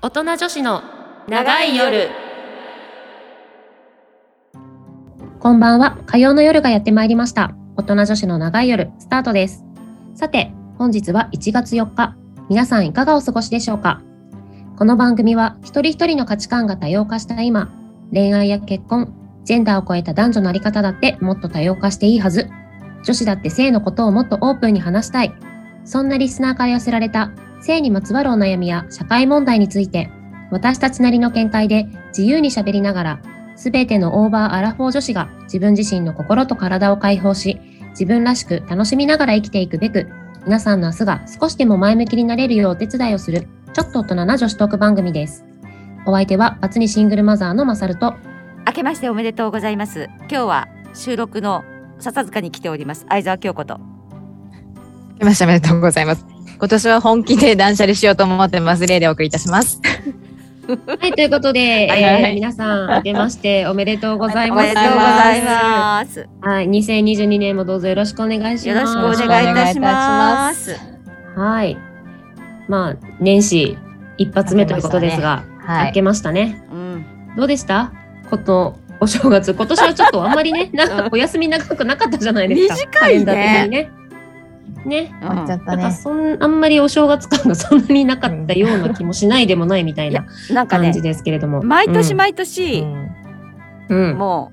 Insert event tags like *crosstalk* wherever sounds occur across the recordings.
大人女子の長い夜こんばんは火曜の夜がやってまいりました大人女子の長い夜スタートですさて本日は1月4日皆さんいかがお過ごしでしょうかこの番組は一人一人の価値観が多様化した今恋愛や結婚ジェンダーを超えた男女のあり方だってもっと多様化していいはず女子だって性のことをもっとオープンに話したいそんなリスナーから寄せられた性にまつわるお悩みや社会問題について私たちなりの見解で自由に喋りながら全てのオーバーアラフォー女子が自分自身の心と体を解放し自分らしく楽しみながら生きていくべく皆さんの明日が少しでも前向きになれるようお手伝いをするちょっと大人な女子トーク番組ですお相手はバツにシングルマザーのマサルと明けましておめでとうございます今日は収録の笹塚に来ております相沢京子と来ましたおめでとうございます。今年は本気で断捨離しようと思ってます。例でお送りいたします。はいということで、はいはいえー皆さん明けましておめでとうございおますめでとうございますはい、2022年もどうぞよろしくお願いしよまろす。しくお願いいたしますはい。まあ、年始一発目ということですが、は明い。けましたね。うん、どうでしたこのお正月、今年はちょっとあんまり *laughs* ね、なんかお休み長くなかったじゃないですか。短いカレンねダー的にね。ね。うんちなゃったんかね。そんあんまりお正月感がそんなになかったような気もしないでもないみたいななんか感ねじですけれども。毎年毎う年、んうん、うんも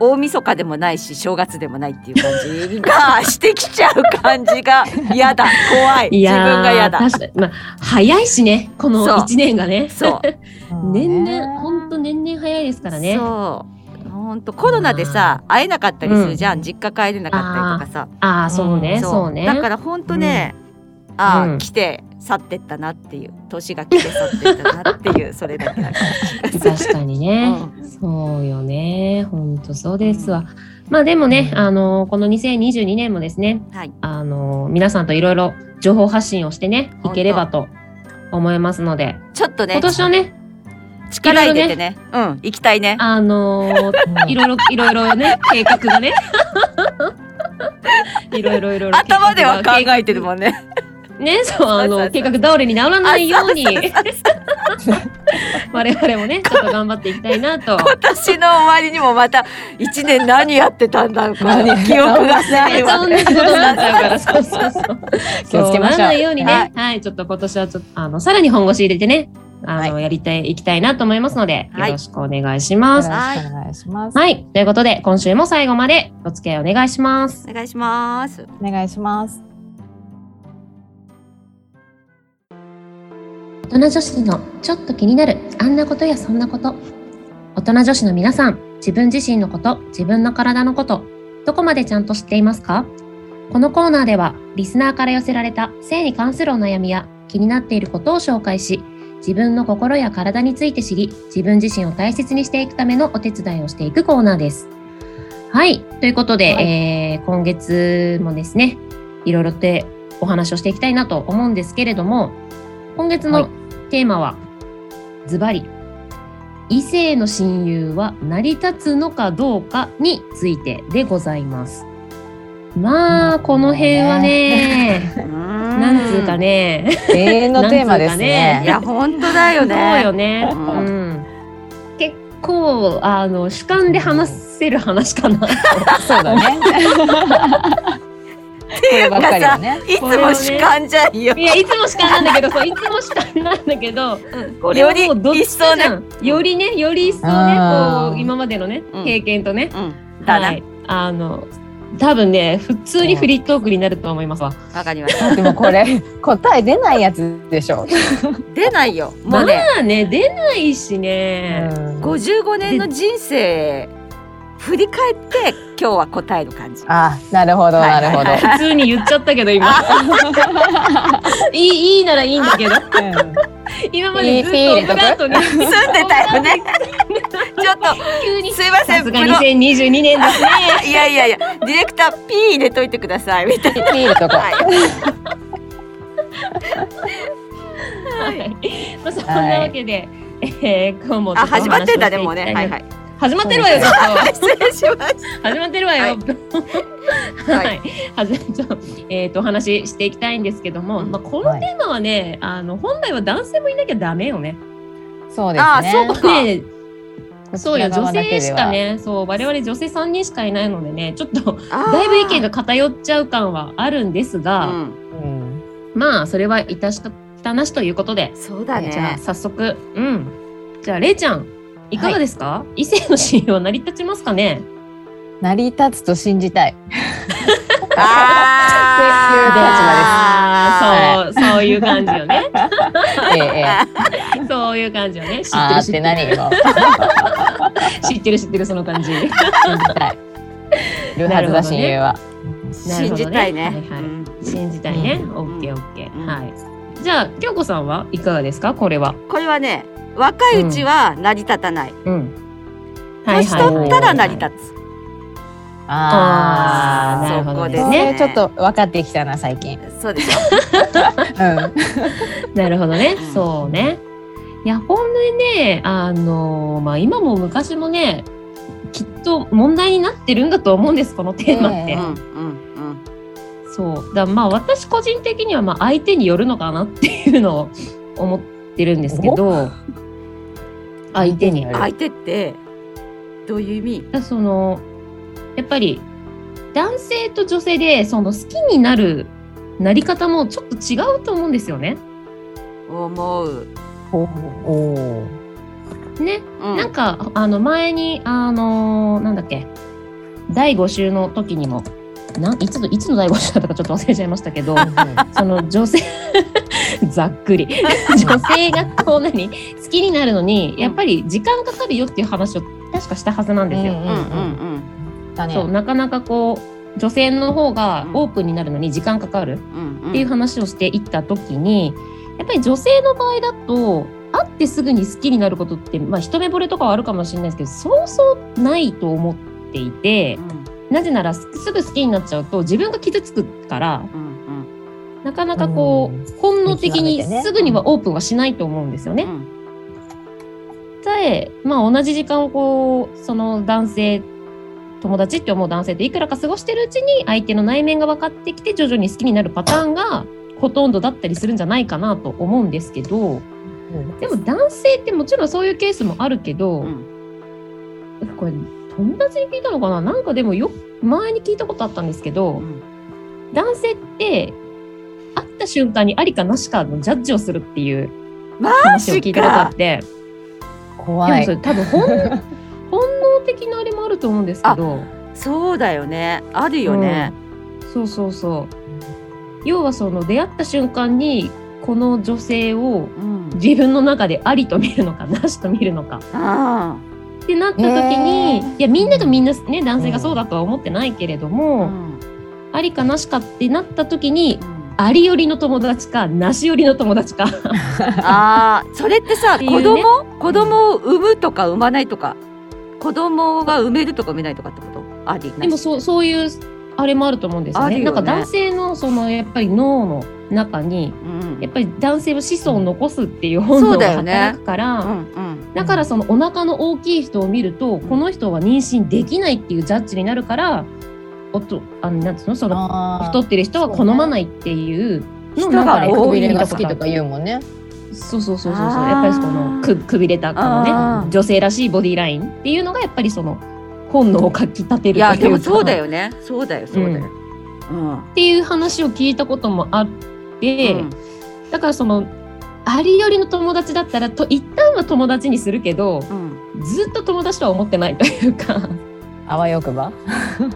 う大晦日でもないし正月でもないっていう感じがしてきちゃう感じ *laughs* が嫌だ怖いい自やー分が嫌だ確かに、まあ、早いしね、このそう1年がね。そう年々、ほんと年々早いですからね。そう本当コロナでさ会えなかったりするじゃん、実家帰れなかったりとかさああ、そうね、うんそうね。だから本当ね、ああ、うん来て去ってったなっていう年が来て去ってったなっ *laughs* ていうそれだけだから確かにね、うそうよね、本当そうですわ。まあでもね、あのこの2022年もですね、はいあの皆さんといろいろ情報発信をしてね、い本当ければと思いますので、ちょっとね今年はね、力入れてねうん行きたいねあのうんいろいろいろいろね計画が *laughs* ね。いろいろいろいろ頭では考えてるもんねねそうあそうそうそのう計画倒れにならないようにあそうそう *laughs* 我々もねちょっと頑張っていきたいなと今年の終わりにもまた一年何やってたんだろうか何記憶がないそわんなことになっちゃうから、そうそうそう。気をつけそうなましょうらないようにね、は、はいちょっと今年はちょっと、あの、さらに本腰入れてね、あの、はやりたい、いきたいなと思いますので、はいよろしくお願いします。ははいい。よろしくお願いします。はい、ということで、今週も最後までお付き合いお願いします。お願いしますお願いします。大人女子のちょっと気になる、あんなことやそんなこと。大人女子の皆さん、自分自身のこと、自分の体のこと、どこまでちゃんと知っていますかこのコーナーでは、リスナーから寄せられた性に関するお悩みや気になっていることを紹介し、自分の心や体について知り、自分自身を大切にしていくためのお手伝いをしていくコーナーです。はい。ということで、はいえー今月もですね、いろいろとお話をしていきたいなと思うんですけれども、今月はのいテーマは、ズバリ、異性の親友は成り立つのかどうかについてでございます。まあ、うんこの辺はね、ななんつうかね、永遠のテーマですなんね。いつや本当だよそうねよね。ううんん、結構あの主観で話せる話かな。そうだね。っていうばかっかりさだね。いつも主観じゃんよ *laughs* いや、いつも主観なんだけど、そういつも主観なんだけど、これよはりもうどっち一か層じゃねん。よりね、より一層ね、あーこう今までのねうん経験とね、うんだなはい、あの多分ね普通にフリートークになると思いますわ。わかりましたでもこれ答え出ないやつでしょ。出ないよもうねまあね出ないしね。うん55年の人生振り返って今日は答える感じ。あ、なるほどはないるほどはい。普通に言っちゃったけど今いいいいならいいんだけど今までずっといいオいいブラートに住んでたよね。ちょっと急にすいませさんすプがロ。 2022年ですねいやいやいやディレクター P 入れといてくださいみたいピールとな。か。はいはいまあそんなわけで、えー今日もちょあとお話を始まってんだねもうしていきね。たいはいは。ない始まってるわよちょっと失礼しまし始まってるわよ。ははいい。は。はいはじめちょっとえっ、とお話ししていきたいんですけども、まあこのテーマはね、あの本来は男性もいなきゃダメよね。そうですね。ああそうかでこそうちよ女ら側だけでは性しか。ねそう我々女性3人しかいないのでねちょっとあーだいぶ意見が偏っちゃう感はあるんですが、うんうんまあそれは致し方なしということで、そうだねじゃあ早速うんじゃあれいちゃんいかがですか、異性の信用成り立ちますかね成り立つと信じたい。あーそうそういう感じよね *laughs* ええええそういう感じよね知ってあーるっ知ってて何る *laughs* よ。知ってる知ってるその *laughs* 感じ信じたい。ルハズだ親友は。なる信ほどねじたいねはいはいうん信じたいね、うんオッケーオッケー、うんはいじゃあ京子さんはいかがですかこれはこれはね若いうちは成り立たないうん年取ったら成り立つあーーなるほどそこでですすそねねれちょっと分かってきたな最近。そうでしょうん。なるほどねうんそうねいや本当にねあのまあ今も昔もねきっと問題になってるんだと思うんですこのテーマって、ええうんうんうんそうだからまあ私個人的にはまあ相手によるのかなっていうのを思ってるんですけど相手に相手による相手ってどういう意味だからそのやっぱり男性と女性でその好きになるなり方もちょっと違うと思うんですよね。思う、おお。ね、うん、なんかあの前にあのなんだっけ第5週の時にもなんいつのいつの第5週だったかちょっと忘れちゃいましたけ *laughs* どその女性 *laughs* ざっくり女性がこう何好きになるのにやっぱり時間かかるよっていう話を確かしたはずなんですよ。うんうんうんだね。そうなかなかこう女性の方がオープンになるのに時間かかるうんうんっていう話をしていった時にやっぱり女性の場合だと会ってすぐに好きになることって、まあ、一目惚れとかはあるかもしれないですけどそうそうないと思っていてうんなぜならすすぐ好きになっちゃうと自分が傷つくからうんなかなかこう、う本能的に見極めてねすぐにはオープンはしないと思うんですよね。うんさえ、まあ、同じ時間をこうその男性友達って思う男性といくらか過ごしてるうちに相手の内面が分かってきて徐々に好きになるパターンがほとんどだったりするんじゃないかなと思うんですけどうんでも男性ってもちろんそういうケースもあるけど、うんこれ友達に聞いたのかななんかでもよ前に聞いたことあったんですけうどん男性って会った瞬間にありかなしかのジャッジをするっていうマ話を聞ジいたことあっかて。怖いで。もそれ多分本本能的なあれもあると思うんですけどそうだよねあるよね、そうそうそう要はその出会った瞬間にこの女性をうん自分の中でありと見るのかなしと見るのかあってなった時に、えーいやみんながみんなね男性がそうだとは思ってないけれどあ、うも、んありかなしかってなった時にうんありよりの友達かなしよりの友達かあーそれってさっていうね子供子供を産むとか産まないとか子供が産めるとか産めないとかってことありでもそうそういうあれもあると思うんですよあるね。よねなんか男性のそのやっぱり脳の中にうんやっぱり男性は子孫を残すっていう本そ能うだがよね働くからうだ,、んうんからそのお腹の大きい人を見るとこの人は妊娠できないっていうジャッジになるからおとあのなんつうのそのあ太ってる人は好まないっていうの人なんがかね多くびいれ首がと好きとか言うもんね。そうそうそうそうそうあーやっぱりそのくくびれたこのねあー女性らしいボディラインっていうのがやっぱりその本能をかき立てるいやといでうもかそうだよねそうだよそうだよ、うんうんっていう話を聞いたこともあって。だからそのありよりの友達だったらと一旦は友達にするけどうんずっと友達とは思ってないというかあわよくば。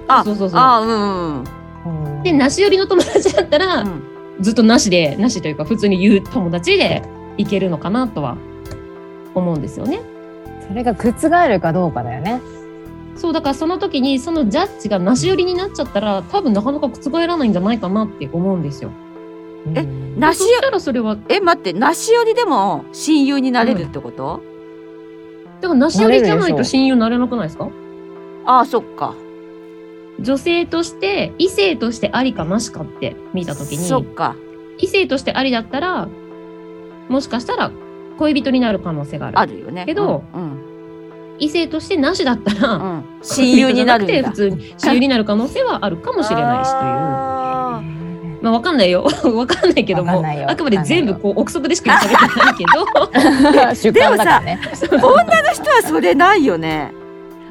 あそうそうそうあうんうんでなしよりの友達だったら、うんずっとなしでなしというか普通に言う友達でいけるのかなとは思うんですよね。それが覆るかどうかだよね。そうだからその時にそのジャッジがなし寄りになっちゃったら多分なかなか覆らないんじゃないかなって思うんですよ。えうんなしそしたらそれはだえ待ってなしよりでも親友になれるってこと、からなし寄りじゃないなれとるでしょ親友になれなくないですかああそっか女性として異性としてありかなしかって見た時にそっか異性としてありだったらもしかしたら恋人になる可能性があるあるよねけどうん異性としてなしだったうら、ん、うん、親友になるん恋だ人じゃなくて普通に親友になる可能性はあるかもしれないしというあーまあ、わかんないよ。 *laughs* わかんないけどわかんも、ないよあくまで全部こう憶測でしか言ってないけど、*laughs* *laughs* 主観だからね。女の人はそれないよね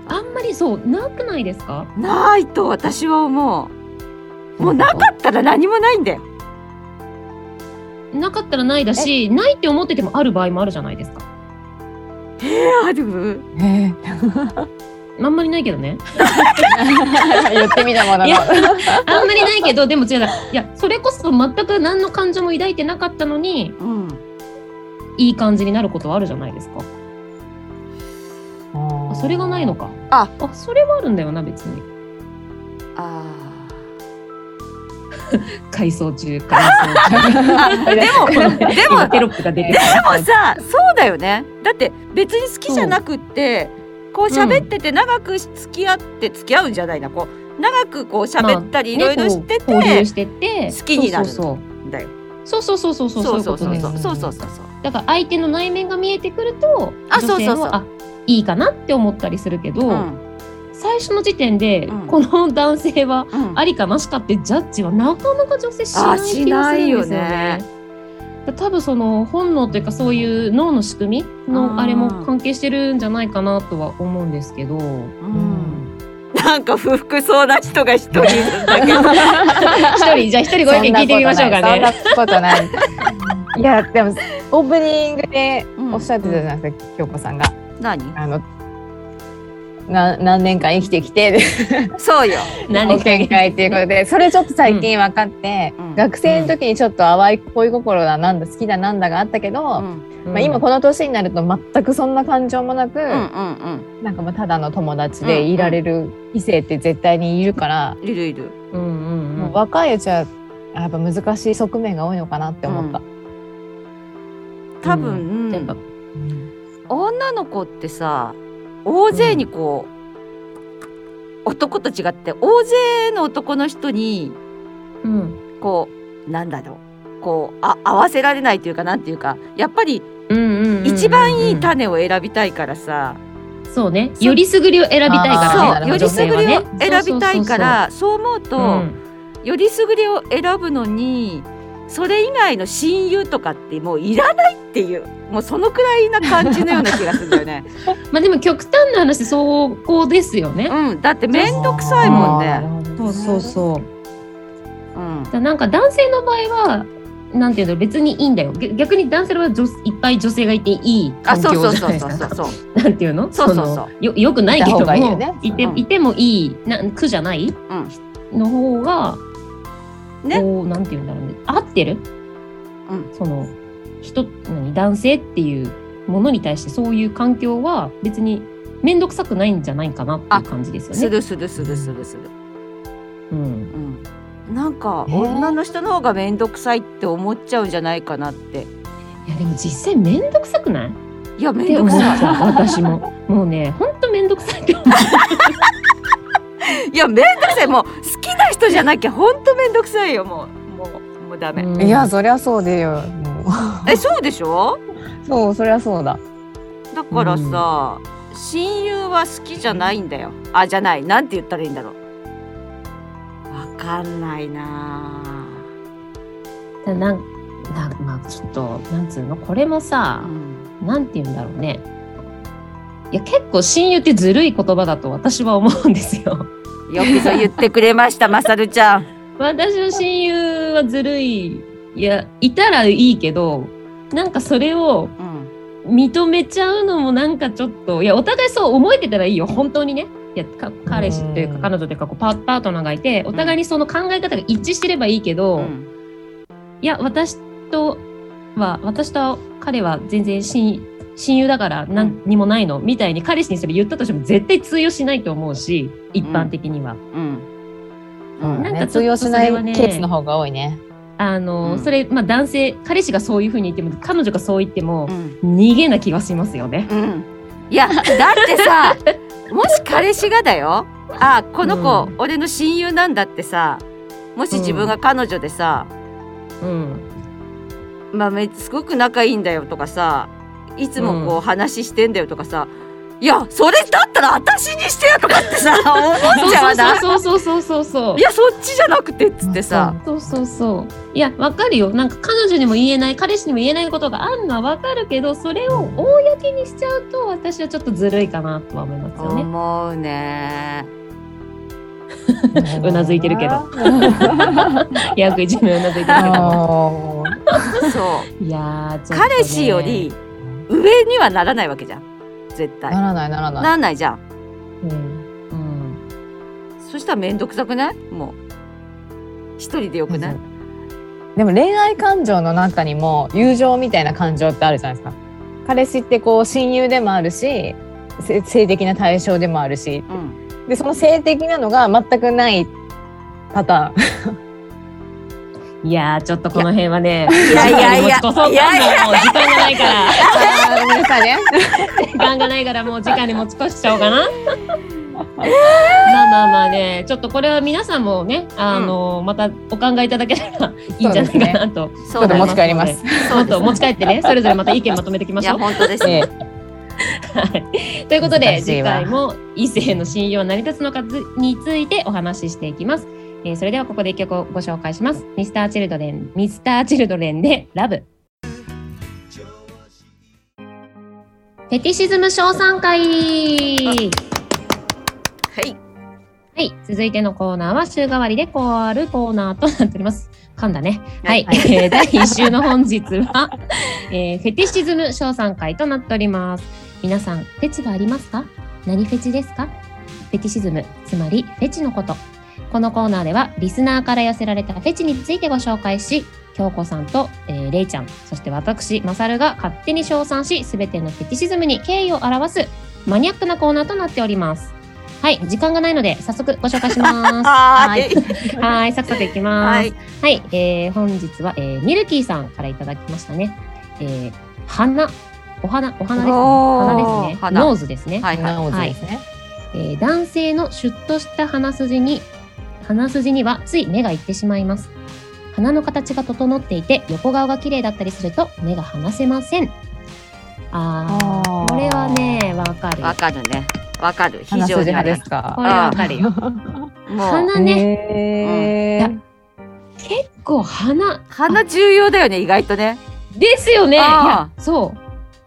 あんまりそう、なくないですかないと私は思うもうなかったら何もないんだよなかったらないだし、ないって思っててもある場合もあるじゃないですか。えー、あるえー *laughs* あんまりないけどね。言ってみたものいのや。 *laughs* あんまりないけど、でも違うな。いや、それこそ全く何の感情も抱いてなかったのに、うんいい感じになることはあるじゃないですか。あそれがないのか。あ、あ、それはあるんだよな、別 *laughs* に。あー改装中、改装中。 *laughs* あでもでも今テロップが出てできた。もさそうだよねだって別に好きじゃなくってこう喋ってて長く付き合って付き合うんじゃないなこう長くこう喋ったりいろいろしねてて、こう交流してて好きになるそうだよそうそうそうそうそうそうそういうことですそうそうそうそうそうだから相手の内面が見えてくるとあ女性そうそうはそうあいいかなって思ったりするけど、うん最初の時点で、うんこの男性はうんありかなしかってジャッジはなかなか女性しなあいし気がなするいんでよすよねね。だ多分その本能というかそういう脳の仕組みのあーあれも関係してるんじゃないかなとは思うんですけどうんなんか不服そうな人が一人いるんだけど一人じゃあ一人ご意見聞いてみましょうかね。そんなことない。そんなことないいやでもオープニングでうんおっしゃってたじゃないですか、京子さんが何あのな何年間生きてきてそうよ何お見解っていうことでそれちょっと最近分かって、うん学生の時にちょっと淡い恋心だなんだ好きだなんだがあったけど、うんまうんあ、今この年になると全くそんな感情もなく、うんうんなんかもうただの友達でいられる異性って絶対にいるから、うんいるいるうんうんうんもう若いうちはやっぱ難しい側面が多いのかなって思った。多分、やっぱ女の子ってさ大勢にこう、男と違って大勢の男の人にうんこうなんだろうこうあ合わせられないというかなんていうかやっぱりうんうんうんうん一番いい種を選びたいからさ、そうねよりすぐりを選びたいかあらそねうよなるほどり女す性ぐはりねを選びたいからそう思うと、そうそうそうよりすぐりを選ぶのにそれ以外の親友とかってもういらないっていうもうそのくらいな感じのような気がするんだよね。うんまあでも極端な話そうこうですよねうん、だって面倒くさいもんね。あー。そうそうそううんだからなんか男性の場合はなんていうの別にいいんだよげ逆に男性の場合は女いっぱい女性がいていいあ、環そう境そうじゃそないうでそすうそうかそう。なんていうのそうそうそうのよよくないけどもいた方がいいよねいてうんいてもいいな苦じゃない、の方がねこうなんていうんだろうね合ってる、うんその人何男性っていうものに対してそういう環境は別に面倒くさくないんじゃないかなっていう感じですよね。するするするするする。うんうん。なんかえー女の人の方が面倒くさいって思っちゃうんじゃないかなって。いやでも実際面倒くさくないっいや面て倒く思っちさゃう私ももうねほんと面倒くさいって思う *laughs* い。いや面倒くさい。もう好きな人じゃなきゃ本当面倒くさいよ。もうもうもうダメ。うんいやそりゃそうでよ。もえそうでしょ？うそうそりゃそうだ。だからさ、親友は好きじゃないんだよ。あじゃない。なんて言ったらいいんだろう。わかんないなぁ。だ *laughs* なんなまあちょっとなんつうのこれもさ、うんなんて言うんだろうねいや結構親友ってずるい言葉だと私は思うんですよ。 *laughs* よくぞ言ってくれました、まさるちゃん。私の親友はずるいいやいたらいいけどなんかそれをうん。認めちゃうのもなんかちょっといやお互いそう思えてたらいいよ本当にねいやか彼氏といううかん彼女というかこうパパートナーがいてお互いにその考え方が一致してればいいけど、うんいや私とは私と彼は全然親親友だから何にもないのみたいに彼氏にそれ言ったとしても絶対通用しないと思うし一般的には。うんうんなんかねちょっと通用しなそれはいねケースの方が多いね。あの、うんそれ、まあ、男性彼氏がそういうふうに言っても彼女がそう言ってもう、ん逃げな気がしますよね。うんいやだって *laughs* さもし彼氏がだよあこの子、う俺の親友なんだってさもし自分が彼女でさ、うん、まあ、めすごく仲いいんだよとかさいつもこう話してんだよとかさ、いやそれだったら私にしてよとかってさ *laughs* 思っちゃうわなそうそうそうそうそうそういやそっちじゃなくてっつってさそうそうそういやわかるよなんか彼女にも言えない彼氏にも言えないことがあるのはわかるけどそれを公にしちゃうと私はちょっとずるいかなとは思いますよね思うねうなずいてるけど役一名うなずいてるけどあーそういやーちょっとね彼氏より上にはならないわけじゃん絶対なならないならない。らないじゃんうんうんそしたら面倒くさくないもう一人でよくないでも恋愛感情の中にも友情みたいな感情ってあるじゃないですか。彼氏ってこう親友でもあるし、せ性的な対象でもあるし、うんでその性的なのが全くないパ *laughs* ターン。いやーちょっとこの辺はねいやいやいや持ち越そうかもうい時や間いがないからあーごめんなさいね。時間がないからもう時間に持ち越しちゃおうかな。まあまあまあね、ちょっとこれは皆さんもね、あの、またお考えいただけたらいいんじゃないかなと。そちょうっとだ持ねち帰ります。ちょっと持ち帰ってね、それぞれまた意見まとめていきまいしょやう。本当ですえねえはい *laughs* ということで、難し次いわ回も異性の信用成り立つのかずについてお話ししていきます。えーそれではここで一曲をご紹介します。ミスターチルドレン、ミスターチルドレンでラブ。フェティシズム賞賛会。はいはい、続いてのコーナーは週替わりで変わるコーナーとなっております。噛んだね。はい、はいえー第1週の本日は、えーフェティシズム賞賛会となっております。皆さん、フェチはありますか何フェチですかフェティシズム、つまりフェチのこと。このコーナーでは、リスナーから寄せられたフェチについてご紹介し、京子さんと、えーレイちゃん、そして私、マサルが勝手に称賛し、すべてのフェティシズムに敬意を表すマニアックなコーナーとなっております。はい、時間がないので、早速ご紹介しま *laughs* す。ははいーいはい、サクサクいきます。はいはい、えー、本日は、えー、ミルキーさんからいただきましたね。えー、花、お花、お花ですね。お花ですーね。花ノーズですね、はいはいなおずですね。えー男性のシュッとした鼻筋に、鼻筋にはつい目がいってしまいます。鼻の形が整っていて、横顔が綺麗だったりすると目が離せません。あー、あーこれはね、わかる。わかるね。わかる。非鼻常筋にわか派でるす。かこ。れわかるよ。もう鼻ね、へー結構鼻鼻重要だよね意外とね。ですよね。いやあ、そう。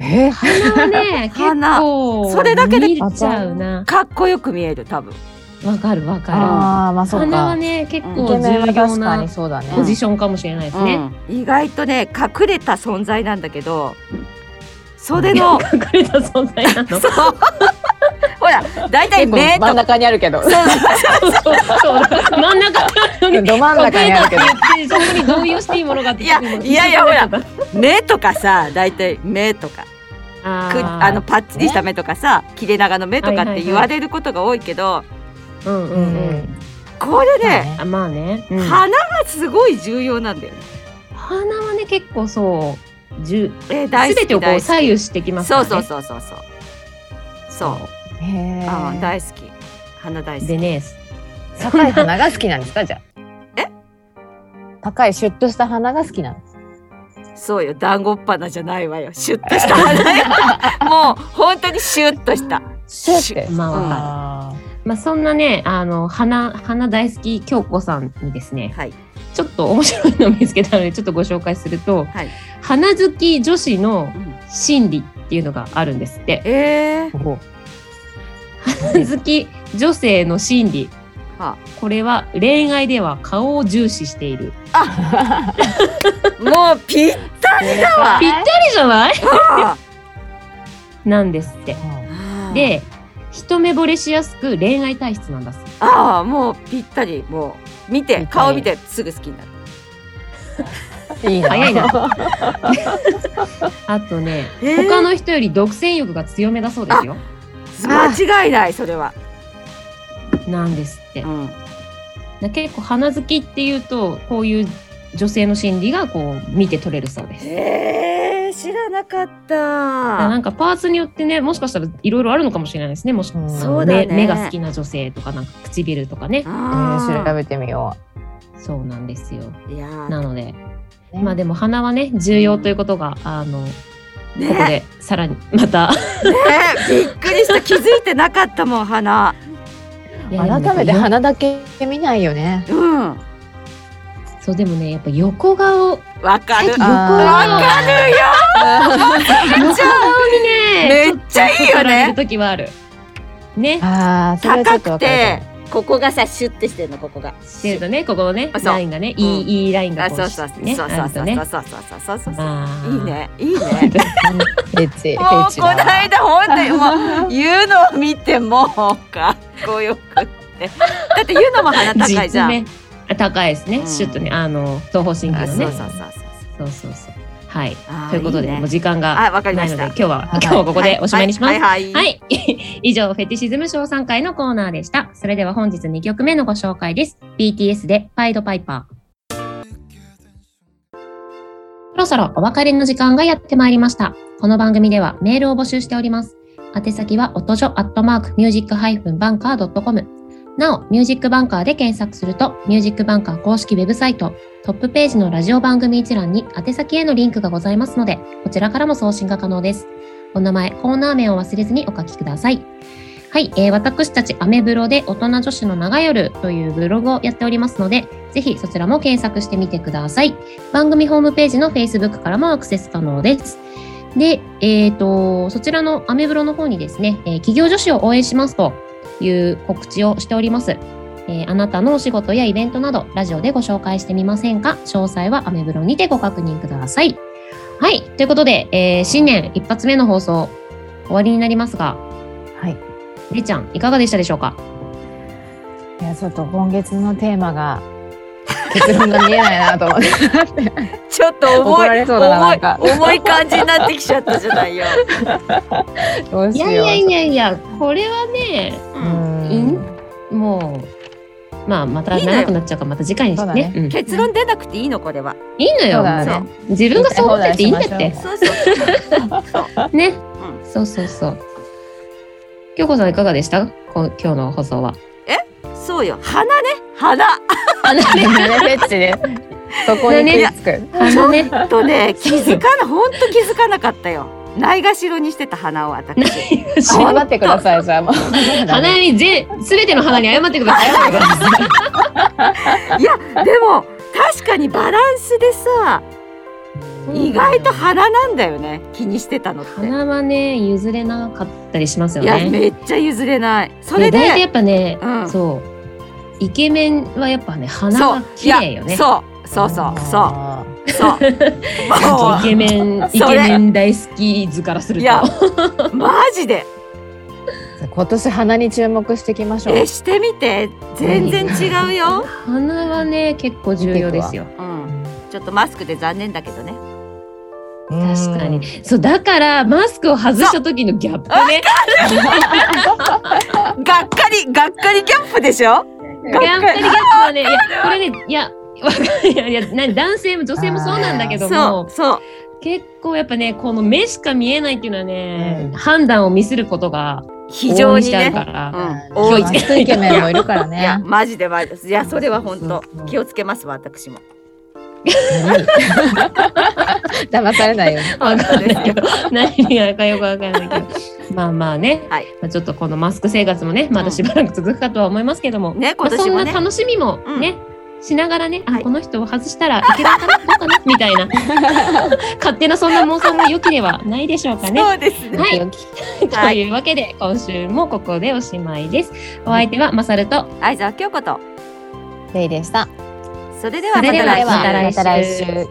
えー鼻はね結鼻構それだけで見ちゃうなかっこよく見える多分。わかるわかああ、まあるそう鼻かは。ね結イ構ケ重要確かなにそうだね。ポジションかもしれないですね、うん意外とね隠れた存在なんだけど、袖の隠れた存在なの *laughs* そ *laughs* そうう。ほら大体目結構と真ん中にあるけど。そうそう真ん中なのにど真ん中隠にれあたるっけて言ど。ってそこにどういうしていいものかっていやいやいやほら目とかさ大体目とかあくーあのパッチリした目とかさ切れ長の目とかって言われることが多いけど、うんううんうんんこれね、あまあね、うん鼻がすごい重要なんだよね。鼻はね結構そうじゅえー、大好全きてをこう大好き。左右してきますかそらうねそうそうそうそう。そう。へああー大好き。花大好でき。ね高い鼻が好きなんですかじゃあ。え？高いシュッとした鼻が好きなんです。そうよ団子っ鼻じゃないわよ。シュッとした花 *laughs* よ。もう本当にシュッとした。シュッて。まあわかるあまあ、そんなね、あの、花、花大好き京子さんにですね、はいちょっと面白いのを見つけたので、ちょっとご紹介すると、はい。花好き女子のうん心理っていうのがあるんですって。えーー。お花好き女性の心理。はこれは恋愛では顔を重視している。あ、もうぴったりだわぴ。ったりじゃないあなんですって。あ、で、一目惚れしやすく恋愛体質なんだそう。ああもうぴったりもう見てり顔見てすぐ好きになる。いいな。早いなあとね、えー他の人より独占欲が強めだそうですよ。間違いないそれは。なんですってう。ん。な結構花好きっていうとこういう女性の心理がこう見て取れるそうです。えー、知らなかっなた。んかパーツによってねもしかしたらいろいろあるのかもしれないですねもしうんそうだね目目が好きな女性とかなんか唇とかねえー調あべてみよそうなんですよーいやーなのでう。まあでもも鼻はね重要ということがあのねここでさらにま *laughs* たびっくりした気づいてなかったもん花改いめてやでもなんかよ鼻だけ見ないよね。うんわそうでもねやっぱ横顔か最る近横顔あわかるよ横顔にねめっちゃいいちょっと引っ張らよねれる時はあるねああ、それはちょ高っとくわかるかもてここがさシュッてしてるのここがっていうとねここのねそうラインがねいい,、うんいいラインがあこそううそうそうねそうあそるうとそうねそうそうそうそうそうまあいい *laughs* ねいいねフェチ、フもうェチこのだ。間本当にもう言うのを見てもうかっこよくってだって言うのも鼻高いじゃん、実名あ高いですね、うんシュッとねあの東方神起あのそうねそうそうそうそうそうそうはいあーということでねもう時間があわかりなまいしのでた今日ははい今日はここでおしまいにしますは。はいははいい。 *laughs* 以上、フェティシズム賞賛会のコーナーでした。それでは本日2曲目のご紹介です。BTS でパイドパイパー。そろそろお別れの時間がやってまいりました。この番組ではメールを募集しております。宛先は音女アットマークミュージックハイフンバンカー .com。なお、ミュージックバンカーで検索すると、ミュージックバンカー公式ウェブサイト、トップページのラジオ番組一覧に宛先へのリンクがございますので、こちらからも送信が可能です。お名前、コーナー名を忘れずにお書きください。はい、えー私たちアメブロで大人女子の長夜というブログをやっておりますので、ぜひそちらも検索してみてください。番組ホームページの Facebook からもアクセス可能です。で、えっ、と、そちらのアメブロの方にですね、えー企業女子を応援しますという告知をしております。えーあなたのお仕事やイベントなど、ラジオでご紹介してみませんか詳細はアメブロにてご確認ください。はい。ということで、えー新年一発目の放送、終わりになりますが、はい。れいちゃん、いかがでしたでしょうかいや、ちょっと今月のテーマが。結論が見えないなと *laughs* 思って。ちょっと怒重らいれそうだ重なないんか重い感じになってきちゃったじゃないよ、どういしよやう。いやいやいや、これはね、ううんんいいんもう、まあ、またいいのよ長くなっちゃうから、また次回にしそうてだねね。うん結論出なくていいのこれは、いいのそうよ。だね。自分がそう思ってていいんだっ言いたい放題てし。まそうそうそうね。うそうそうそう。京子さん、いかがでしたこ今日の放送は。そうよ鼻ね鼻あのね、胸フェチで。そこに食いつく。あのね、あとね気づかな本当気づかなかったよないがしろにしてた鼻を私頑張ってください、じゃあもう。花に全、すべての花に謝ってください。謝ってください。いやでも確かにバランスでさ *laughs* 意外と鼻なんだよね気にしてたのって、鼻はね譲れなかったりしますよいやね。めっちゃ譲れないそれで、ね大体やっぱね、うんそうイケメンはやっぱね鼻そうが綺麗よいやね。そう *laughs* そうそうそあ *laughs* うそうなんかイもケメンそイれケメン大好き図からするういと。やマジでー。今年鼻に注目していきましょう。えしてみて全然違うよ、鼻はね結構重要ですよ。うん、ちょっとマスクで残念だけどねうん確かに。。そうだからマスクを外した時のギャップね。がっかりがっかりキャンプでしょギャップギャップはねいやこれねいやわかいやいやな男性も女性もそうなんだけどそもうそう結構やっぱねこの目しか見えないっていうのはね、うん判断をミスることが非常に往々してあるねから。うん多多いいマスクイケメンもいるからいやね。マジでマジですいやそれは本そ当うそうそう気をつけますわ私も *laughs* 騙されないように。わかんないけど、何がかよくわかんないけど。まあまあね、はいまあ、ちょっとこのマスク生活もね、まだしばらく続くかとは思いますけども、ねまあ、そ今年んもなね楽しみもね、しながらね、あ、はいこの人を外したらいけるかな、どうかな、みたい *laughs* な、勝手なそんな妄想も良きではないでしょうかね。そうですねはいよきというわけで、今週もここでおしまいです。お相手はまさると、相沢京子とレイでした。それではまたそれで来は週また来週また来週。